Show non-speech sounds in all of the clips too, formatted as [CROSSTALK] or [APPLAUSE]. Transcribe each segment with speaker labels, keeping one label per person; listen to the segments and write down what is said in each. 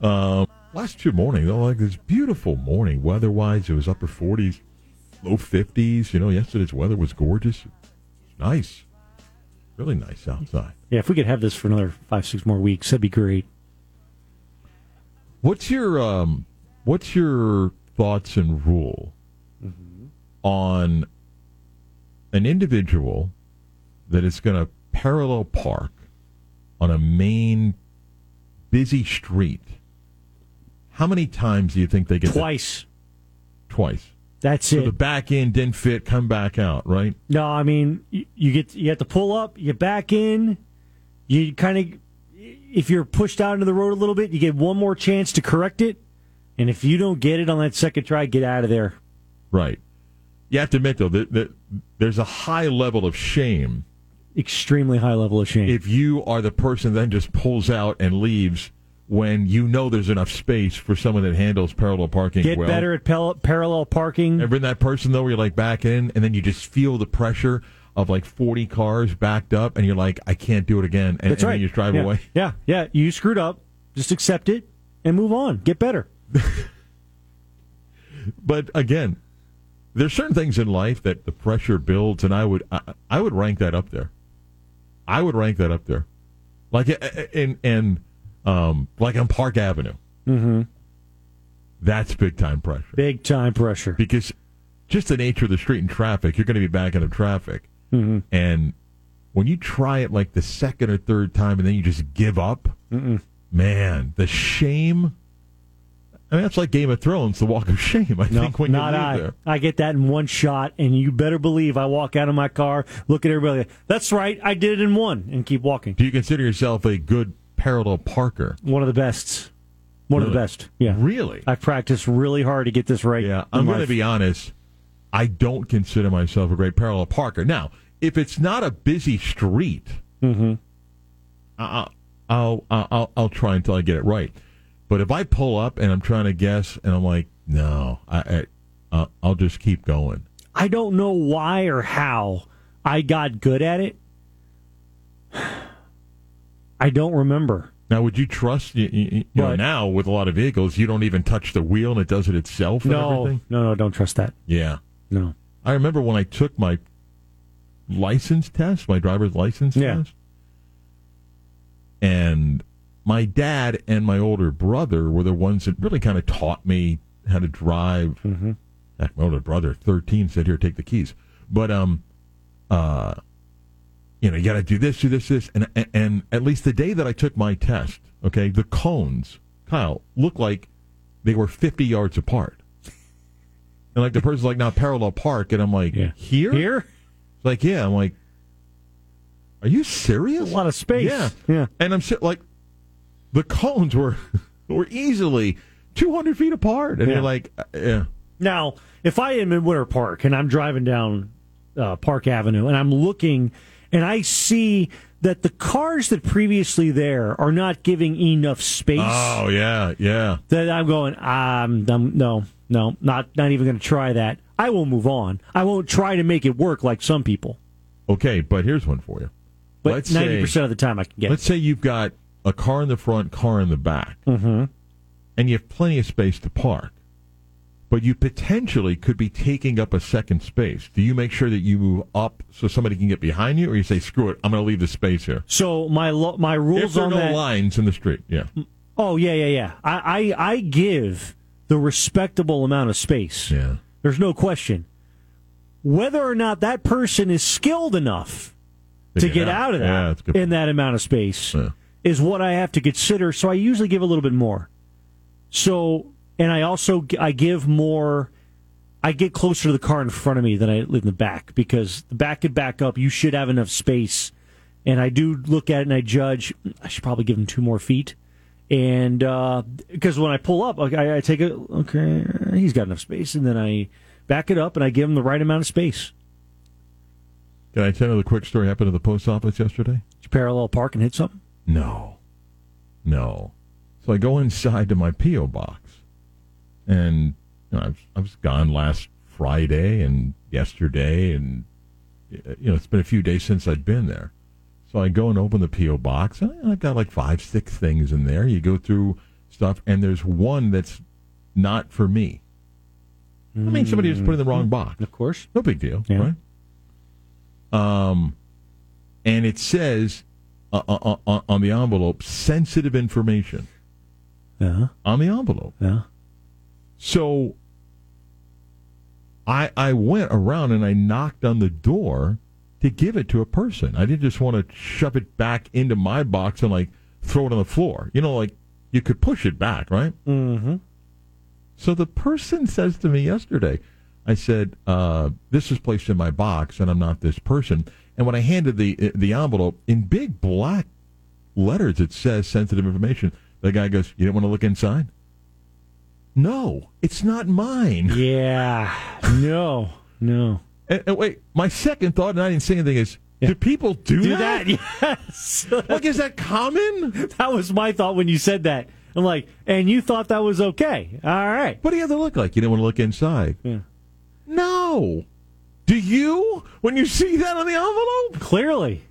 Speaker 1: Um, last two morning, though, like this beautiful morning weather wise, it was upper 40s, low 50s. You know, yesterday's weather was gorgeous. Nice. Really nice outside.
Speaker 2: Yeah, if we could have this for another five, six more weeks, that'd be great.
Speaker 1: What's your, um, what's your thoughts and rule on an individual that is going to parallel park on a main busy street. How many times do you think they get that?
Speaker 2: Twice.
Speaker 1: Twice.
Speaker 2: That's
Speaker 1: So
Speaker 2: it.
Speaker 1: the back end didn't fit, come back out, right?
Speaker 2: No, I mean you, you get you have to pull up, you back in, you kind of if you're pushed out into the road a little bit, you get one more chance to correct it, and if you don't get it on that second try, get out of there.
Speaker 1: Right. You have to admit though that, that there's a high level of shame
Speaker 2: Extremely high level of shame.
Speaker 1: if you are the person that just pulls out and leaves when you know there's enough space for someone that handles parallel parking
Speaker 2: get
Speaker 1: well.
Speaker 2: better at pel- parallel parking.
Speaker 1: Ever been that person though where you're like back in and then you just feel the pressure of like 40 cars backed up and you're like, I can't do it again. And,
Speaker 2: That's
Speaker 1: and
Speaker 2: right.
Speaker 1: then you just drive
Speaker 2: yeah.
Speaker 1: away.
Speaker 2: Yeah, yeah. You screwed up. Just accept it and move on. Get better.
Speaker 1: But again, there's certain things in life that the pressure builds and I would, I, I would rank that up there. I would rank that up there. Like uh, uh, in, in, um, like on Park Avenue. Mm-hmm. That's big time pressure.
Speaker 2: Big time pressure.
Speaker 1: because just the nature of the street and traffic, you're going to be backing up traffic.
Speaker 2: Mm-hmm.
Speaker 1: And when you try it like the second or third time and then you just give up, man, the shame. I mean, that's like Game of Thrones, the walk of shame. I
Speaker 2: No,
Speaker 1: think when
Speaker 2: not
Speaker 1: you leave
Speaker 2: I.
Speaker 1: there.
Speaker 2: I get that in one shot, and you better believe I walk out of my car, look at everybody. like, That's right, I did it in one, and keep walking.
Speaker 1: Do you consider yourself a good parallel parker?
Speaker 2: One of the best. One of the
Speaker 1: Really?
Speaker 2: best. Yeah,
Speaker 1: Really?
Speaker 2: I practiced really hard to get this right.
Speaker 1: Yeah,
Speaker 2: in
Speaker 1: I'm going to
Speaker 2: life.
Speaker 1: be honest. I don't consider myself a great parallel parker. Now, if it's not a busy street,
Speaker 2: Mm-hmm.
Speaker 1: I- I- I'll, I'll I'll I'll try until I get it right. But if I pull up and I'm trying to guess and I'm like, no, I, I uh, I'll just keep going.
Speaker 2: I don't know why or how I got good at it. [SIGHS] I don't remember.
Speaker 1: Now, would you trust you, you, you know,
Speaker 2: Right.
Speaker 1: now with a lot of vehicles, you don't even touch the wheel and it does it itself? And
Speaker 2: No,
Speaker 1: everything?
Speaker 2: no, no, don't trust that.
Speaker 1: Yeah.
Speaker 2: No.
Speaker 1: I remember when I took my license test, my driver's license
Speaker 2: Yeah.
Speaker 1: test, and my dad and my older brother were the ones that really kind of taught me how to drive. Heck, my older brother, thirteen, said, "Here, take the keys." But um, uh, you know, you got to do this, do this, this, and, and and at least the day that I took my test, okay, the cones, Kyle, looked like they were fifty yards apart. And like the person's like, now parallel park, and I'm like,
Speaker 2: Yeah.
Speaker 1: here,
Speaker 2: Here?
Speaker 1: It's like, yeah, I'm like, are you serious?
Speaker 2: A lot of space.
Speaker 1: Yeah,
Speaker 2: Yeah.
Speaker 1: And I'm sit- like, the cones were [LAUGHS] were easily 200 feet apart, and
Speaker 2: Yeah.
Speaker 1: you're like, uh, yeah,
Speaker 2: Now, if I am in Winter Park and I'm driving down uh, Park Avenue and I'm looking and I see that the cars that previously there are not giving enough space,
Speaker 1: oh yeah, yeah,
Speaker 2: that I'm going, um, um, no, no, not not even going to try that. I will move on. I won't try to make it work like some people.
Speaker 1: okay. But here's one for you.
Speaker 2: But
Speaker 1: Let's
Speaker 2: ninety
Speaker 1: say-
Speaker 2: percent of the time, I can get.
Speaker 1: Let's say you've got a car in the front, car in the back,
Speaker 2: Mm-hmm.
Speaker 1: and you have plenty of space to park, but you potentially could be taking up a second space. Do you make sure that you move up so somebody can get behind you, or you say, "Screw it, I'm going to leave the space here"?
Speaker 2: it. So my lo- my
Speaker 1: If
Speaker 2: rules
Speaker 1: there are
Speaker 2: on
Speaker 1: no
Speaker 2: that.
Speaker 1: lines in the street, yeah,
Speaker 2: Oh yeah, yeah, yeah. I, I I give the respectable amount of space.
Speaker 1: yeah,
Speaker 2: There's no question. Whether or not that person is skilled enough to get out of
Speaker 1: Yeah,
Speaker 2: that
Speaker 1: that's a good.
Speaker 2: in that amount of space
Speaker 1: Yeah.
Speaker 2: is what I have to consider. So I usually give a little bit more. So and I also g- I give more. I get closer to the car in front of me than I live in the back because the back could back up. You should have enough space. And I do look at it and I judge. I should probably give him two more feet. and because when I pull up, like, I, I take a okay, he's got enough space, and then I back it up and I give him the right amount of space.
Speaker 1: Can I tell you the quick story happened at the post office yesterday?
Speaker 2: Did you parallel park and hit something?
Speaker 1: No. No. So I go inside to my P.O. box. And you know, I, was, I was gone last Friday and yesterday. And, you know, it's been a few days since I'd been there. So I go and open the P.O. box. And I've got like five, six things in there. You go through stuff, and there's one that's not for me. I mean, somebody just put it in the wrong box.
Speaker 2: Of course.
Speaker 1: No big deal,
Speaker 2: Yeah.
Speaker 1: right? Um, and it says uh, uh, uh, on the envelope, sensitive information
Speaker 2: Yeah.
Speaker 1: on the envelope.
Speaker 2: Yeah.
Speaker 1: So I I went around and I knocked on the door to give it to a person. I didn't just want to shove it back into my box and like throw it on the floor. You know, like you could push it back, right?
Speaker 2: Mm-hmm.
Speaker 1: So the person says to me yesterday, I said, uh, "This is placed in my box, and I'm not this person." And when I handed the uh, the envelope in big black letters, it says sensitive information. The guy goes, "You didn't want to look inside?" No, it's not mine.
Speaker 2: Yeah. No. No.
Speaker 1: And, and wait, my second thought, and I didn't say anything, is do people do,
Speaker 2: Do
Speaker 1: that? [LAUGHS]
Speaker 2: that? [LAUGHS] Yes.
Speaker 1: Like, is that common?
Speaker 2: that was my thought when you said that. I'm like, and you thought that was okay. All right.
Speaker 1: What do you have to look like? You didn't want to look inside.
Speaker 2: Yeah.
Speaker 1: No. Do you? When you see that on the envelope?
Speaker 2: Clearly.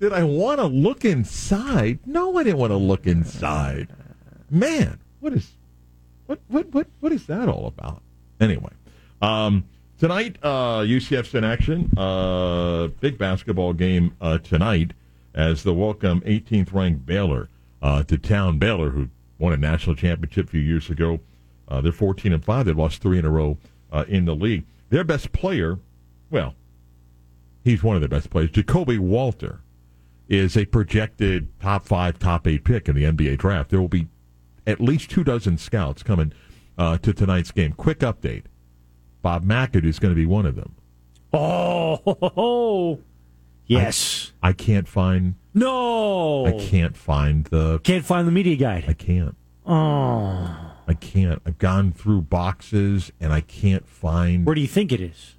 Speaker 1: Did I want to look inside? No, I didn't want to look inside. Man, what is what what what what is that all about? Anyway, um, tonight uh, UCF's in action. Uh, big basketball game uh, tonight as the welcome 18th ranked Baylor uh, to town. Baylor, who won a national championship a few years ago, uh, they're 14 and five. They lost three in a row uh, in the league. Their best player, well, he's one of their best players. Jacoby Walter is a projected top five, top eight pick in the NBA draft. There will be at least two dozen scouts coming uh, to tonight's game. Quick update: Bob McAdoo is going to be one of them.
Speaker 2: Oh. Yes.
Speaker 1: I can't find.
Speaker 2: no.
Speaker 1: I can't find the.
Speaker 2: Can't find the media
Speaker 1: I
Speaker 2: guide.
Speaker 1: can't.
Speaker 2: Oh.
Speaker 1: I can't. I've gone through boxes and I can't find.
Speaker 2: Where do you think it is?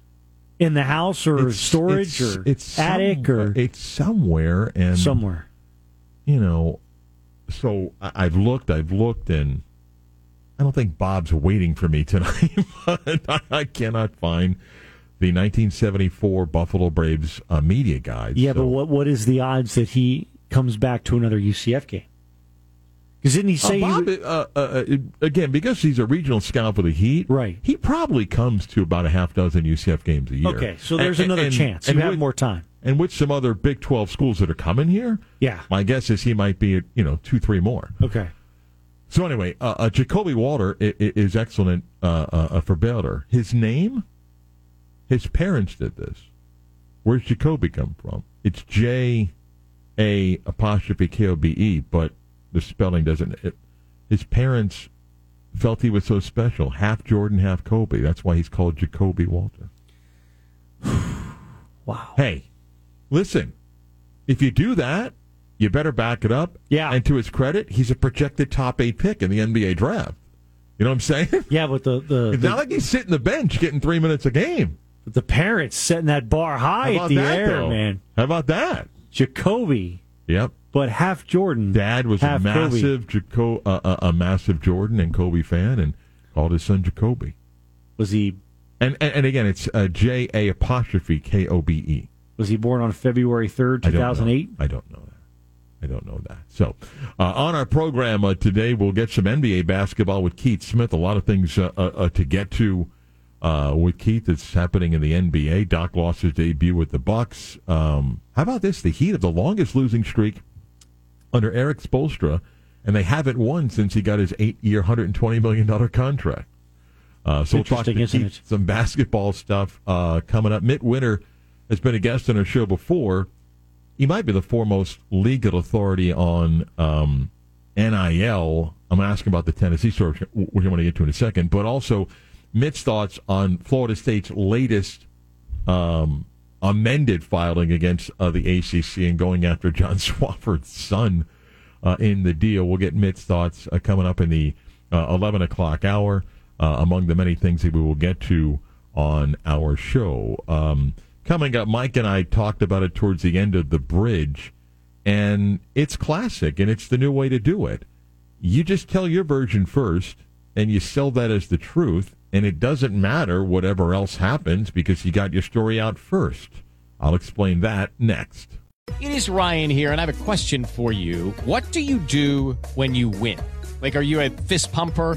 Speaker 2: In the house or
Speaker 1: It's-
Speaker 2: storage
Speaker 1: it's-
Speaker 2: or
Speaker 1: it's
Speaker 2: attic
Speaker 1: some-
Speaker 2: or
Speaker 1: it's somewhere and
Speaker 2: somewhere?
Speaker 1: you know, so I, I've looked, I've looked, and I don't think Bob's waiting for me tonight, [LAUGHS] but I, I cannot find the 1974 Buffalo Braves uh, media guide.
Speaker 2: Yeah,
Speaker 1: so-
Speaker 2: but what what is the odds that he comes back to another UCF game? Because didn't he
Speaker 1: Uh,
Speaker 2: say he
Speaker 1: Bob,
Speaker 2: w-
Speaker 1: uh, uh, uh, again, because he's a regional scout for the Heat,
Speaker 2: Right.
Speaker 1: He probably comes to about a half dozen UCF games a year.
Speaker 2: Okay, so
Speaker 1: And-
Speaker 2: there's
Speaker 1: and-
Speaker 2: another
Speaker 1: and-
Speaker 2: chance.
Speaker 1: And
Speaker 2: you have
Speaker 1: with,
Speaker 2: more time.
Speaker 1: and with some other Big 12 schools that are coming here,
Speaker 2: Yeah.
Speaker 1: my guess is he might be at you know two, three more.
Speaker 2: Okay.
Speaker 1: So anyway, uh, uh, Jacoby Walter is, is excellent uh, uh, uh, for Baylor. His name, his parents did this. Where's Jacoby come from? It's J A apostrophe K O B E, but the spelling doesn't. It, his parents felt he was so special, half Jordan, half Kobe. That's why he's called Jacoby Walter.
Speaker 2: Wow.
Speaker 1: Hey, listen, if you do that, you better back it up.
Speaker 2: Yeah.
Speaker 1: And to his credit, he's a projected top eight pick in the NBA draft. You know what I'm saying? [LAUGHS]
Speaker 2: Yeah, but the the,
Speaker 1: It's not
Speaker 2: the,
Speaker 1: like he's sitting the bench getting three minutes a game.
Speaker 2: the parents setting that bar
Speaker 1: How
Speaker 2: high
Speaker 1: about
Speaker 2: at the
Speaker 1: that,
Speaker 2: air,
Speaker 1: though?
Speaker 2: man.
Speaker 1: How about that?
Speaker 2: Jacoby,
Speaker 1: Yep.
Speaker 2: but half Jordan.
Speaker 1: Dad was a
Speaker 2: half Kobe.
Speaker 1: massive Jaco- uh, uh, a massive Jordan and Kobe fan, and called his son Jacoby.
Speaker 2: Was he
Speaker 1: And and, and again, it's uh, J A apostrophe K O B E.
Speaker 2: was he born on February third,
Speaker 1: I
Speaker 2: two
Speaker 1: don't know.
Speaker 2: thousand eight?
Speaker 1: I don't know that. I don't know that. So, uh, on our program uh, today, we'll get some NBA basketball with Keith Smith. A lot of things uh, uh, uh, to get to uh, with Keith that's happening in the NBA. Doc lost his debut with the Bucks. Um, how about this? The Heat of the longest losing streak under Eric Spolstra, and they haven't won since he got his eight-year, hundred and twenty million dollar contract. Uh, so we'll talk to
Speaker 2: Interesting, isn't
Speaker 1: Keith
Speaker 2: it?
Speaker 1: some basketball stuff uh, coming up. Mitt Winter has been a guest on our show before. He might be the foremost legal authority on um, NIL. I'm going to ask him about the Tennessee story, which I want to get to in a second, but also Mitt's thoughts on Florida State's latest um, [LAUGHS] amended filing against uh, the ACC and going after John Swafford's son uh, in the deal. We'll get Mitt's thoughts uh, coming up in the uh, 11 o'clock hour, uh, among the many things that we will get to on our show. Um, coming up, Mike and I talked about it towards the end of the bridge, and it's classic, and it's the new way to do it. You just tell your version first, and you sell that as the truth, and it doesn't matter whatever else happens because you got your story out first. I'll explain that next.
Speaker 3: It is Ryan here, and I have a question for you. What do you do when you win? Like, are you a fist pumper?